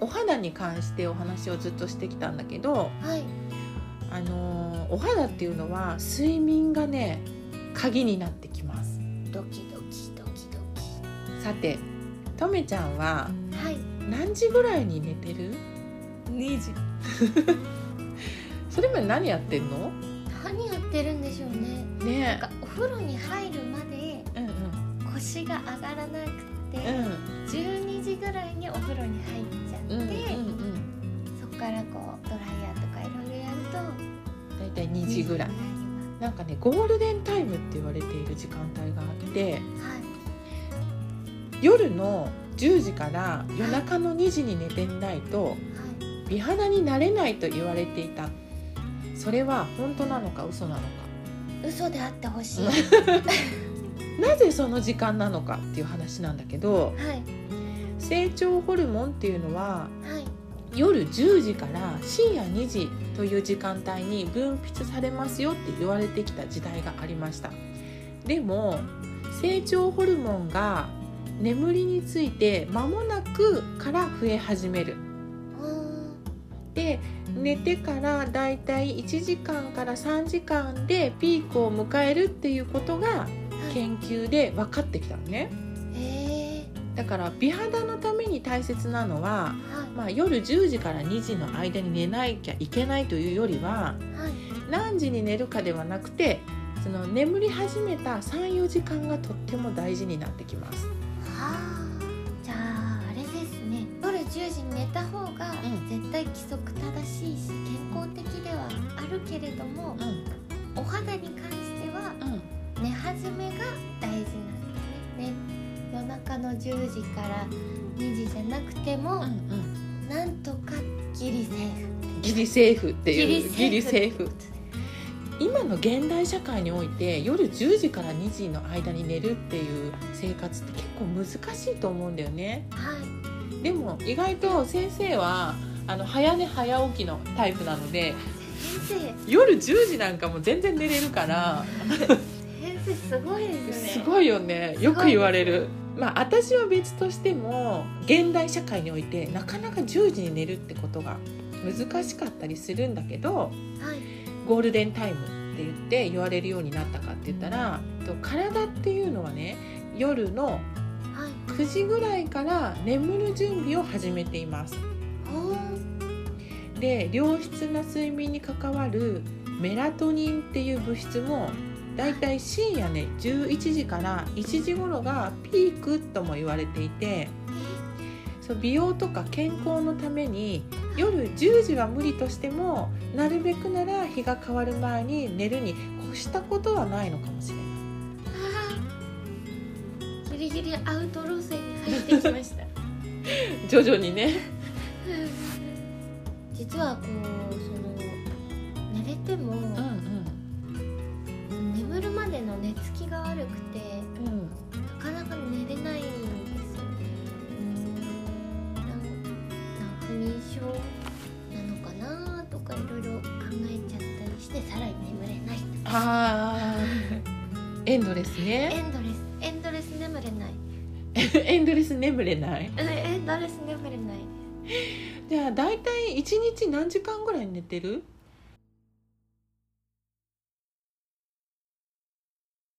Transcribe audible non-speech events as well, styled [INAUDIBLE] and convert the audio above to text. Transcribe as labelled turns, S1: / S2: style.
S1: お肌に関してお話をずっとしてきたんだけど、
S2: はい
S1: あのーお肌っていうのは睡眠がね鍵になってきます
S2: ドキドキドキドキ
S1: さてとめちゃんは
S2: はい
S1: 何時ぐらいに寝てる
S2: 2時
S1: [LAUGHS] それまで何やってんの
S2: 何やってるんでしょうね
S1: ね
S2: なんかお風呂に入るまで
S1: えうんうん
S2: 腰が上がらなくて、
S1: うん
S2: 12時ぐらいにお風呂に入っちゃって、
S1: うんうんうん
S2: そこからこうドライヤーとかいろいろやると
S1: だいたい2時ぐらい
S2: にな
S1: なんかねゴールデンタイムって言われている時間帯があって
S2: りますはい
S1: 夜の10時から夜中の2時に寝てないと
S2: はい
S1: 美肌になれないと言われていたそれは本当なのか嘘なのか
S2: 嘘であってほしい
S1: うん
S2: はい
S1: なぜその時間なのかっていう話なんだけど成長ホルモンっていうのは
S2: はい
S1: 夜10時から深夜2時という時間帯に分泌されますよって言われてきた時代がありましたでも成長ホルモンが眠りについて間もなくから増え始める
S2: うーん
S1: で寝てからだいたい1時間から3時間でピークを迎えるっていうことが
S2: はい
S1: 研究で分かってきたのね
S2: え
S1: だから美肌のために大切なのは、
S2: ーは
S1: まあ、夜10時から2時の間に寝なきゃいけないというよりはい
S2: はい
S1: 何時に寝るかではなくてその眠り始めた34時間がとっても大事になってきます。
S2: はあじゃああれですね夜10時に寝た方が
S1: うん
S2: 絶対規則正しいし健康的ではあるけれども
S1: うん
S2: お肌に関しては
S1: うん
S2: 寝始めが大事なんですねね夜中の10時から2時じゃなくても、
S1: うん
S2: なんとかギリセーフ
S1: うん、ギリセーフっていうギリセーフ
S2: って
S1: 今の現代社会において夜10時から2時の間に寝るっていう生活って結構難しいと思うんだよね
S2: はい
S1: でも意外と先生はあの早寝早起きのタイプなので
S2: 先
S1: 夜10時なんかも全然寝れるから
S2: 生先生すごいですね
S1: す
S2: い
S1: ごいよねよく言われる。まあ、私は別としても現代社会においてなかなか10時に寝るってことが難しかったりするんだけど、
S2: はい
S1: ゴールデンタイムって言って言われるようになったかって言ったらと体っていうのはね夜の
S2: はい
S1: 9時ぐらいから眠る準備を始めています
S2: おー
S1: で良質な睡眠に関わるメラトニンっていう物質もだいたい深夜ね11時から1時頃がピークとも言われていてそう美容とか健康のために夜10時は無理としてもなるべくなら日が変わる前に寝るに越したことはないのかもしれない
S2: あーギリギリアウト路線に入ってきま [LAUGHS] した
S1: 徐々にね
S2: 実はこうその寝れても、
S1: うんうん
S2: 眠るまでの寝つきが悪くて
S1: うん
S2: なかなか寝れないんですよねなんなん不眠症なのかなとかいろいろ考えちゃったりしてさらに眠れない
S1: あー [LAUGHS] エンドレス
S2: エ
S1: ね
S2: ンドレスエンドレス眠れ [LAUGHS] ない
S1: [LAUGHS] エンドレス眠れない
S2: うんエンドレス眠れない
S1: じゃあ大体一日何時間ぐらい寝てる